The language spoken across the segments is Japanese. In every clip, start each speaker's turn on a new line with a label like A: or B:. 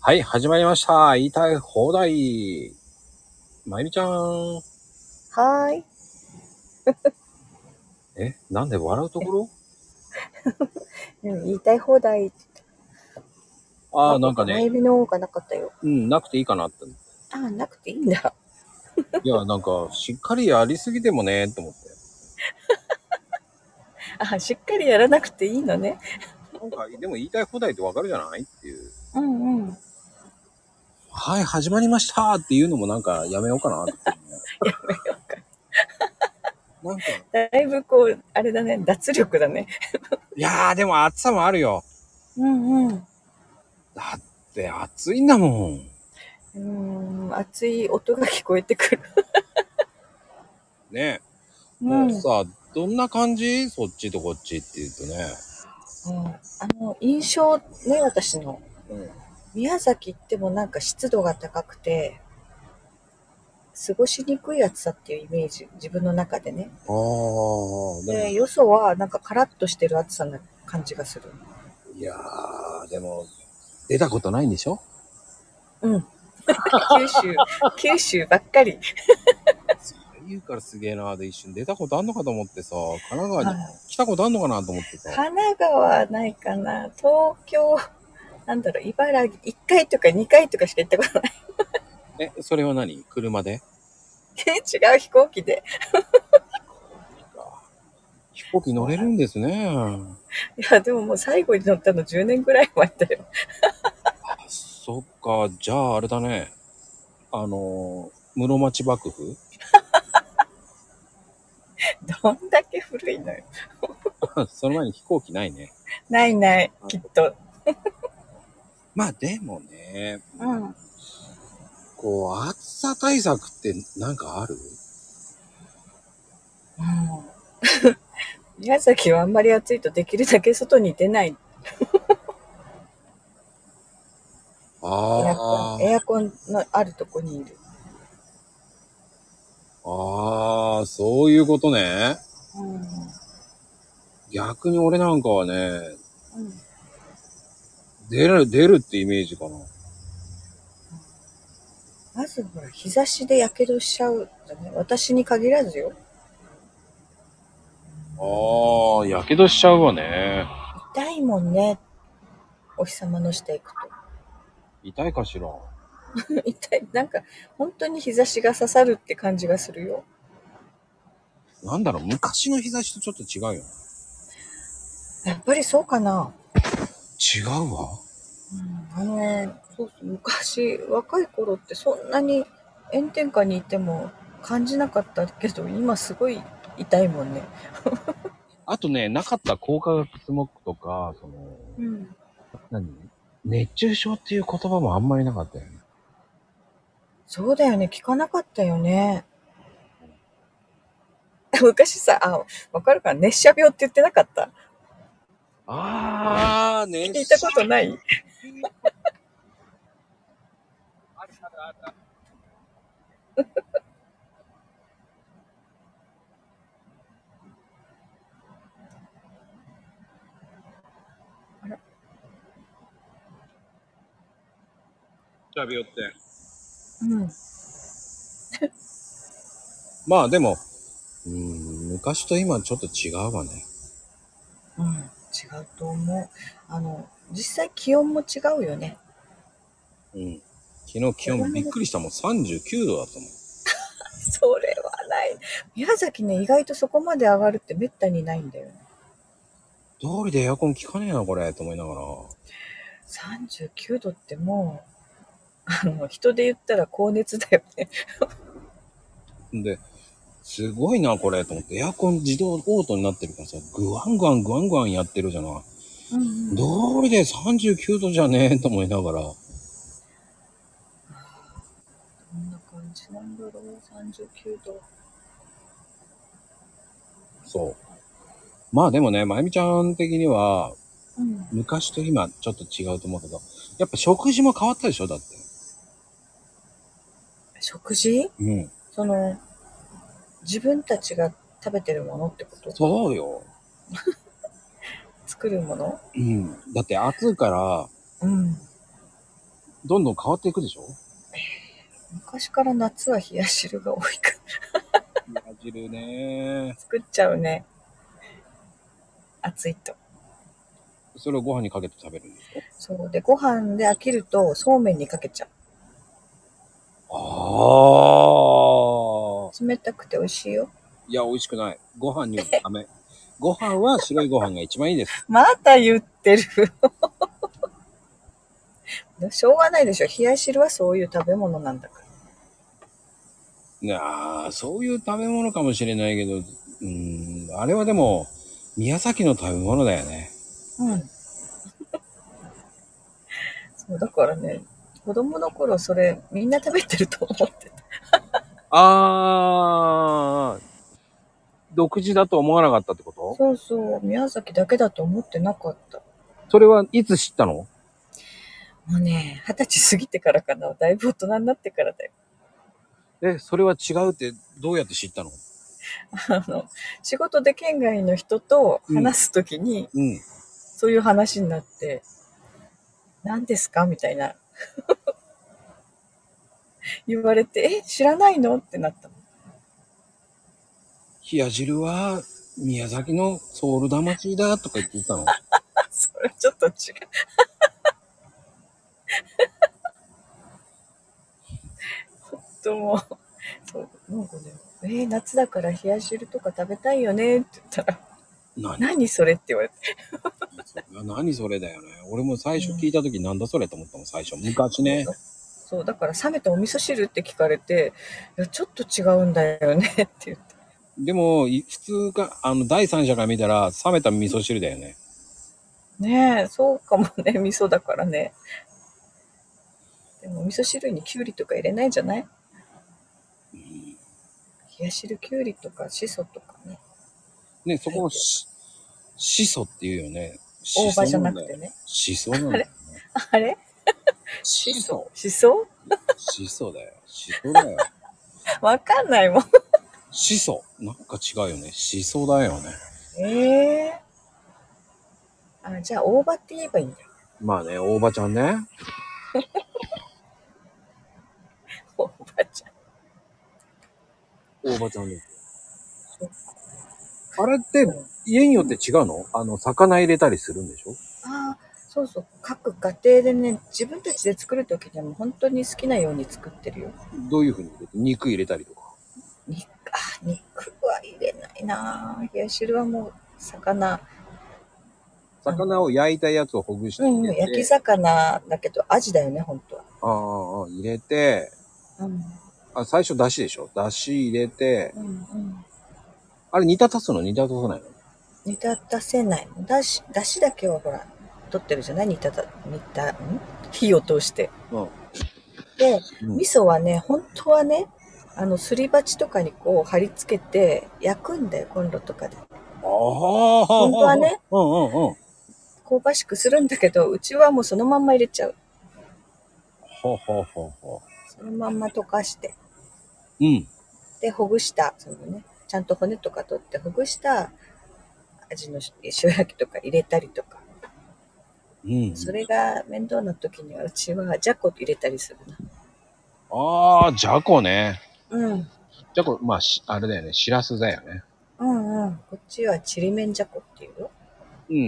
A: はい、始まりました。言いたい放題。まゆみちゃん。
B: はーい。
A: え、なんで笑うところ
B: うん、言いたい放題。
A: ああ、なんか
B: 前
A: ね、
B: 指の方がなかったよ。
A: うん、なくていいかなって。
B: ああ、なくていいんだ。
A: いや、なんか、しっかりやりすぎてもね、と思って。
B: ああ、しっかりやらなくていいのね。
A: なんか、でも言いたい放題ってわかるじゃないっていう。
B: うんうん。
A: はい、始まりましたっていうのもなんかやめようかなって思う。なんか、
B: だいぶこう、あれだね、脱力だね。
A: いやーでも暑さもあるよ。
B: うんうん。
A: だって暑いんだもん。
B: うーん、熱い音が聞こえてくる。
A: ね。
B: う
A: も
B: ん。
A: う
B: うん、
A: さ、どんな感じそっちとこっちって言うとね。
B: あの、印象ね、私の。
A: うん。
B: 宮崎行ってもなんか湿度が高くて、過ごしにくい暑さっていうイメージ、自分の中でね。
A: ああ、でも
B: で、よそはなんかカラッとしてる暑さな感じがする。
A: いやー、でも、出たことないんでしょ
B: うん。九州、九州ばっかり。
A: 言うからすげえなーで一瞬出たことあんのかと思ってさ、神奈川に
B: はい
A: 来たことあんのかなと思ってさ、
B: 神奈川ないかな。東京、なんだろう、茨城、1回とか2回とかしか行ったことない。
A: え、それは何車で
B: 違う飛行機で。
A: 飛行機乗れるんですね。
B: いや、でももう最後に乗ったの10年ぐらい前だよ。
A: あ、そっか、じゃああれだね。あのー、室町幕府
B: どんだけ古いのよ。
A: あその前に飛行機ないね。
B: ないない、きっと。
A: まあでもね、
B: うん。
A: こう、暑さ対策ってなんかある
B: 宮崎はあんまり暑いとできるだけ外に出ない。エアコ
A: あ
B: ン、エアコンのあるとこにいる。
A: あ、ああ、そういうことね。
B: うん。うん。
A: 逆に俺なんかはね、出る、出るってイメージかな。
B: まずほら、日差しで火傷しちゃうじゃない私に限らずよ。
A: ああ、やけどしちゃうわね。
B: 痛いもんね。お日様の下行く
A: 痛いかしら。
B: と。 痛い。なんか、本当に日差しが刺さるって感じがするよ。
A: なんだろう、昔の日差しとちょっと違うよね。
B: やっぱりそうかな。
A: 違うわ。
B: うん、あのね、そうそう、昔、若い頃ってそんなに炎天下にいても感じなかったけど、今すごい痛いもんね。
A: あとね、なかった高化学スモッグとか、その、
B: うん。
A: 何熱中症っていう言葉もあんまりなかったよね。
B: そうだよね。聞かなかったよね。 昔さ、あ、わかるかな熱射病って言ってなかった
A: ああ、熱
B: 聞いたことない
A: 茶病って。
B: うん。
A: まあでも、うーん、昔と今ちょっと違うわね。
B: うん、違うと思う。あの、実際気温も違うよね。
A: うん。昨日気温びっくりしたもん、39度だったもん。
B: それはない。宮崎ね、意外とそこまで上がるってめったにないんだよね。
A: どうりでエアコン効かねえな、これ、と思いながら。
B: 39度ってもう、あの、人で言ったら高熱だよね。
A: で、すごいな、これ、と思って、エアコン自動オートになってるからさ、グワングワングワングワンやってるじゃない。
B: うんうん、
A: どうりで39度じゃねえ、と思いながら。
B: こんな感じなんだろう、39度。
A: そう。まあでもね、まゆみちゃん的には、
B: うん。
A: 昔と今ちょっと違うと思うけど、やっぱ食事も変わったでしょだって。
B: 食事
A: うん。
B: その、自分たちが食べてるものってこと
A: そうよ。
B: 作るもの
A: うん。だって暑いから、
B: うん。
A: どんどん変わっていくでしょ
B: 昔から夏は冷や汁が多いから
A: 冷や汁ね。
B: 作っちゃうね。暑いと。
A: それをご飯にかけて食べるんでし
B: そう。で、ご飯で飽きると、そうめんにかけちゃ
A: ょあ
B: う。冷たくて美味しいよ。
A: あ。いや、美味しくない。ご飯にはダメ。ご飯は白いご飯が一番いいです。
B: また言ってる。 しょうがないでしょ。冷や汁はそういう食べ物なんだから。
A: なあ、そういう食べ物かもしれないけど、うーん、あれはでも、宮崎の食べ物だよね。
B: うん。 そう、だからね、子供の頃それみんな食べてると思ってた。
A: ああ、独自だと思わなかったってこと
B: そうそう、宮崎だけだと思ってなかった。
A: それはいつ知ったの
B: もうね、二十歳過ぎてからかな。だいぶ大人になってからだよ。
A: え、それは違うってどうやって知ったの
B: あの、仕事で県外の人と話すときに、
A: うん。
B: そういう話になって、何ですかみたいな。 言われて、え、知らないのってなったの。
A: 冷や汁は宮崎のソウル魂だとか言ってたの。
B: あ、それちょっと違う。 ほんともう、そう、なんかね、えー夏だから冷や汁とか食べたいよねって言ったら、
A: 何
B: 何それって言われて、
A: それ何それだよね。俺も最初聞いた時なんだそれと思ったもん、最初。昔ね。
B: そう、だから冷めたお味噌汁って聞かれて、いや、ちょっと違うんだよね って言って。
A: でも、い普通か、あの、第三者から見たら冷めた味噌汁だよね。
B: ねえ、そうかもね、 味噌だからね。でも、味噌汁にきゅうりとか入れないんじゃない冷や汁きゅうりとかしそとかね。
A: ね、そこをし、しそっていうよね。
B: 大
A: しそ
B: 葉じゃ
A: な
B: なん
A: だ
B: くて
A: よ。
B: ね。
A: しそなんだよ。
B: あれ
A: し そ。
B: しそ
A: しそだよ。しそだよ。
B: わかんないもん。
A: しそ。なんか違うよね。しそだよね。
B: ええあ、じゃあ、大葉って言えばいいんだ。
A: まあね、大葉ちゃんね。
B: 大葉ちゃん。
A: 大葉ちゃんです
B: そっ。
A: あれって、家によって違うのあの、魚入れたりするんでしょ
B: ああ、そうそう。各家庭でね、自分たちで作るときでも本当に好きなように作ってるよ。
A: どういうふうに入れて肉入れたりとか。
B: 肉あ肉は入れないなぁ冷や汁はもう魚、
A: 魚を焼いたやつをほぐして
B: うん
A: 入
B: うん、
A: れて、
B: 焼き魚だけどアジだよね本当は、
A: ああああ、入れて、
B: うん
A: あ最初だしでしょだし入れて、
B: うんうん、
A: あれ煮立たすの煮立たさないの
B: 煮立たせないだしだしだけはほら取ってるじゃない煮立た煮たん火を通してで
A: うん
B: 味噌はね本当はねあのすり鉢とかにこう貼り付けて焼くんだよコンロとかで
A: ああ、本
B: 本当はね。
A: うんうんうん。
B: 香ばしくするんだけどうちはもうそのまんま入れちゃう
A: ほうほうほうほ
B: そのまんま溶かして
A: う。うん。
B: でほぐしたそのねちゃんと骨とか取ってほぐした味の塩焼きとか入れたりとか
A: うん。
B: それが面倒な時にはうちはじゃこ入れたりするな
A: ああ、じゃこね。
B: うん
A: じゃこ、まあ、しあれだよね。しらすだよね。
B: うんうんこっちはちりめんじゃこっていうよ、
A: うん。
B: う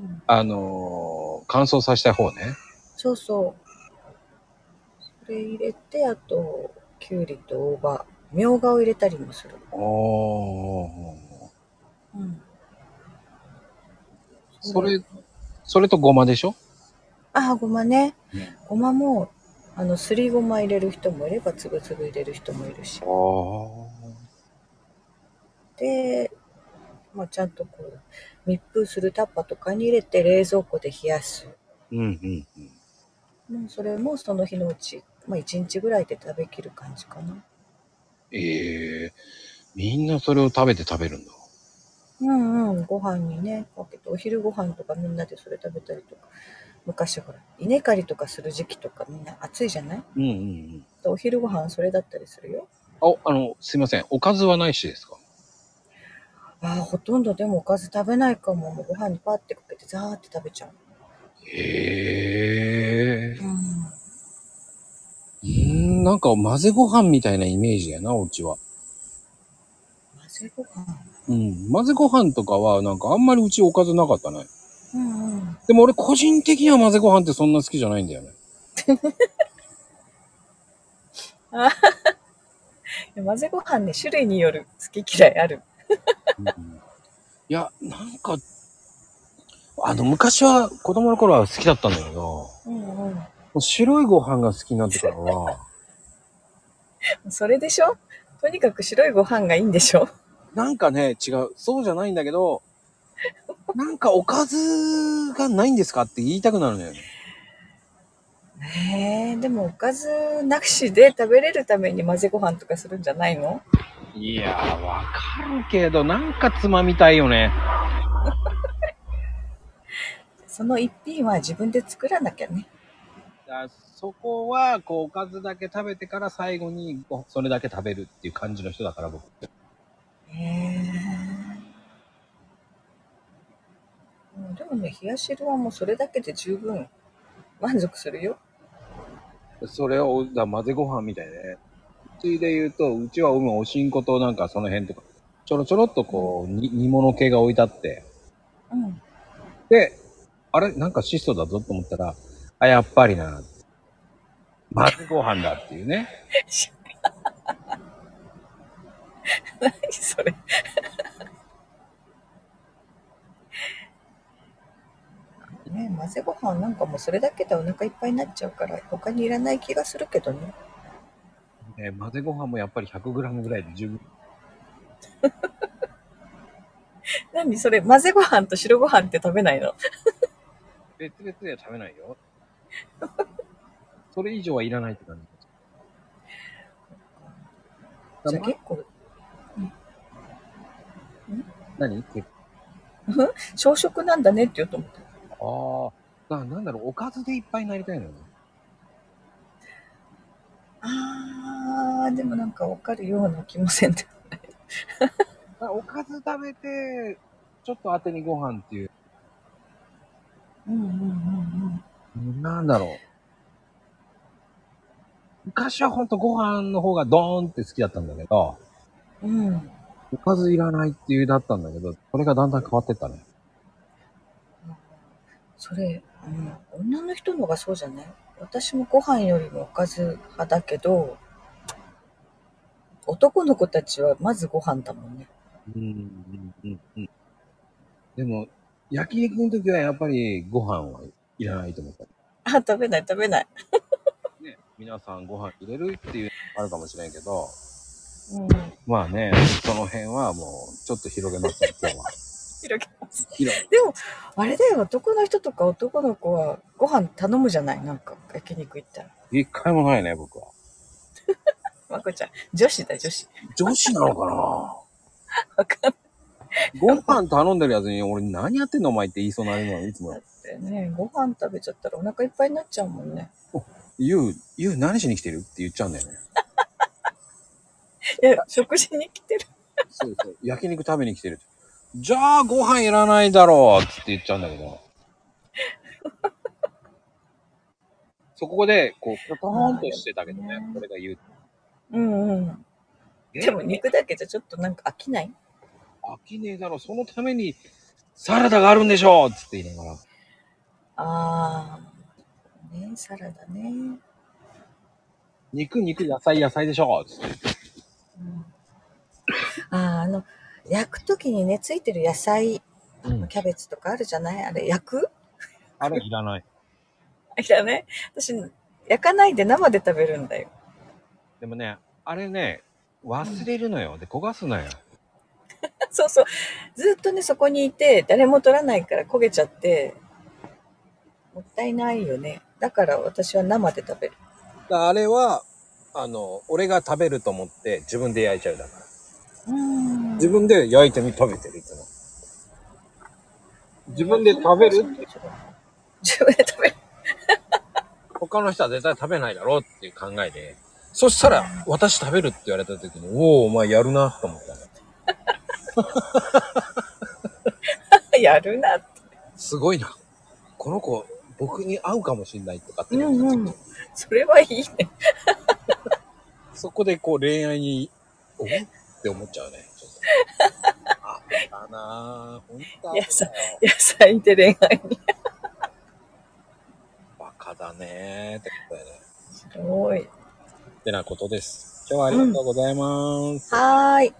B: ん、
A: あのー乾燥させた方ね。
B: そうそうそれ入れてあときゅうりと大葉みょうがを入れたりもする
A: おー。
B: うん
A: それ、それとごまでしょ
B: あごまね
A: ね
B: ごまもあのすりごま入れる人もいればつぶつぶ入れる人もいるし
A: ああ。
B: で、まあ、ちゃんとこう密封するタッパーとかに入れて冷蔵庫で冷やす
A: うんうんうん。
B: もうそれもその日のうち、まあ、1日ぐらいで食べきる感じかな
A: ええみんなそれを食べて食べるんだ。
B: うんうんご飯にねかけてお昼ご飯とかみんなでそれ食べたりとか昔ほら稲刈りとかする時期とかみんな暑いじゃない
A: うんうんうん。
B: でお昼ご飯それだったりするよ
A: あ、あの、すいません。おかずはないしですか
B: ああほとんどでもおかず食べないかももうご飯にパッてかけてザーって食べちゃう
A: ええ
B: うん
A: なんか混ぜご飯みたいなイメージやな、お家は。
B: 混ぜご飯
A: うん。混ぜご飯とかは、なんかあんまりうちおかずなかったね。
B: うんうん
A: でも俺個人的には混ぜご飯ってそんな好きじゃないんだよね。
B: いや混ぜご飯ね種類による好き嫌いある
A: いや、なんか、あの、昔は子供の頃は好きだったんだけど、も
B: うんうん
A: う白いご飯が好きになってからは、
B: それでしょとにかく白いご飯がいいんでしょ
A: なんかね、違う。そうじゃないんだけど、なんかおかずがないんですかって言いたくなるのよね。
B: へえでもおかずなしで食べれるために混ぜご飯とかするんじゃないの
A: いやー、わかるけど、なんかつまみたいよね。
B: その一品は自分で作らなきゃね
A: だそこは、こう、おかずだけ食べてから最後に、ごそれだけ食べるっていう感じの人だから、僕。
B: へえうんでもね冷や汁はもうそれだけで十分満足するよ
A: それを、だ混ぜご飯みたいね。うちで言うと、うちは今、おしんことなんかその辺とか、ちょろちょろっとこう、に煮物系が置いてあって、
B: うん
A: で、あれなんか質素だぞと思ったら、あ、やっぱりな。混ぜご飯だっていうね。
B: 何それね混ぜご飯なんかもうそれだけでお腹いっぱいになっちゃうから他にいらない気がするけどね
A: えー混ぜご飯もやっぱり 100g ぐらいで十分。
B: 何それ混ぜご飯と白ご飯って食べないの
A: 別々では食べないよ。それ以上はいらないって感じ
B: じ
A: だ
B: ゃ
A: から。
B: あ結構
A: 何結
B: 小食なんだねって言うと思った
A: 構ああ、ななんだろう、おかずでいっぱいになりたいのよね。
B: あーでもなんかわかるような気もせんで
A: だからおかず食べて、ちょっと当てにご飯っていう。
B: うんうんうんうん
A: なんだろう。昔はほんとご飯の方がドーンって好きだったんだけど、
B: うん、
A: おかずいらないっていうだったんだけど、それがだんだん変わってったね。
B: それ、うん、女の人の方がそうじゃない私もご飯よりもおかず派だけど男の子たちはまずご飯だもんね
A: うん、うん、うん、うん。でも、焼肉の時はやっぱりご飯はいらないと思った。
B: あ食べない食べない、
A: ね、皆さんご飯入れるっていうのもあるかもしれんけど、
B: うん、
A: まあね、その辺はもうちょっと広げますね、今 日は。
B: 広げます
A: 広げ
B: でもあれだよ男の人とか男の子はご飯頼むじゃないなんか焼肉行ったら
A: 一回もないね、僕は。
B: まこちゃん女子だ女子
A: 女子なのかな
B: わかんない
A: ご飯頼んでるやつに、俺何やってんのお前って言いそうになるのよいつ
B: だ
A: も。
B: ってねご飯食べちゃったらお腹いっぱいになっちゃうもんね
A: ゆう、ゆう何しに来てるって言っちゃうんだよね。
B: いや食事に来てる
A: そうそう。焼肉食べに来てる。じゃあご飯いらないだろうって言っちゃうんだけど。そこで、こう、キョトーンとしてたけどね、これが言う。
B: うんうんでも肉だけじゃちょっとなんか飽きない
A: 飽きねえだろ、そのためにサラダがあるんでしょうっつって言いながら。
B: ああ、ね、サラダね。うん
A: 肉、肉、野菜、野菜でしょうっつって。
B: ああ、あの、焼くときにね、ついてる野菜、
A: うん。
B: キャベツとかあるじゃないあれ、焼く
A: あれいらない。
B: いやね。私、焼かないで生で食べるんだよ。
A: でもね、あれね、忘れるのよ。で、焦がすのよ。
B: そうそう。ずっとね、そこにいて、誰も取らないから焦げちゃって、もったいないよね。だから私は生で食べる。
A: あれは、あの、俺が食べると思って自分で焼いちゃうだから。
B: うん
A: 自分で焼いてみ、食べてる、いつも。自分で食べる
B: 自分で食べる。
A: 他の人は絶対食べないだろうっていう考えで。そしたら、私食べるって言われた時に、おお、お前やるな、と思ったね。
B: やるなって。
A: すごいな。この子、僕に合うかもしんないとかって
B: う
A: 思った時、
B: んうん。それはいいね。
A: そこでこう恋愛に、おって思っちゃうね。ちょっとあだなぁ。ほんとだ
B: いやさ 野菜で恋愛 に。
A: バカだねーってことだよね。
B: すごい。
A: ってなことです。今日はありがとうございます。
B: はーい。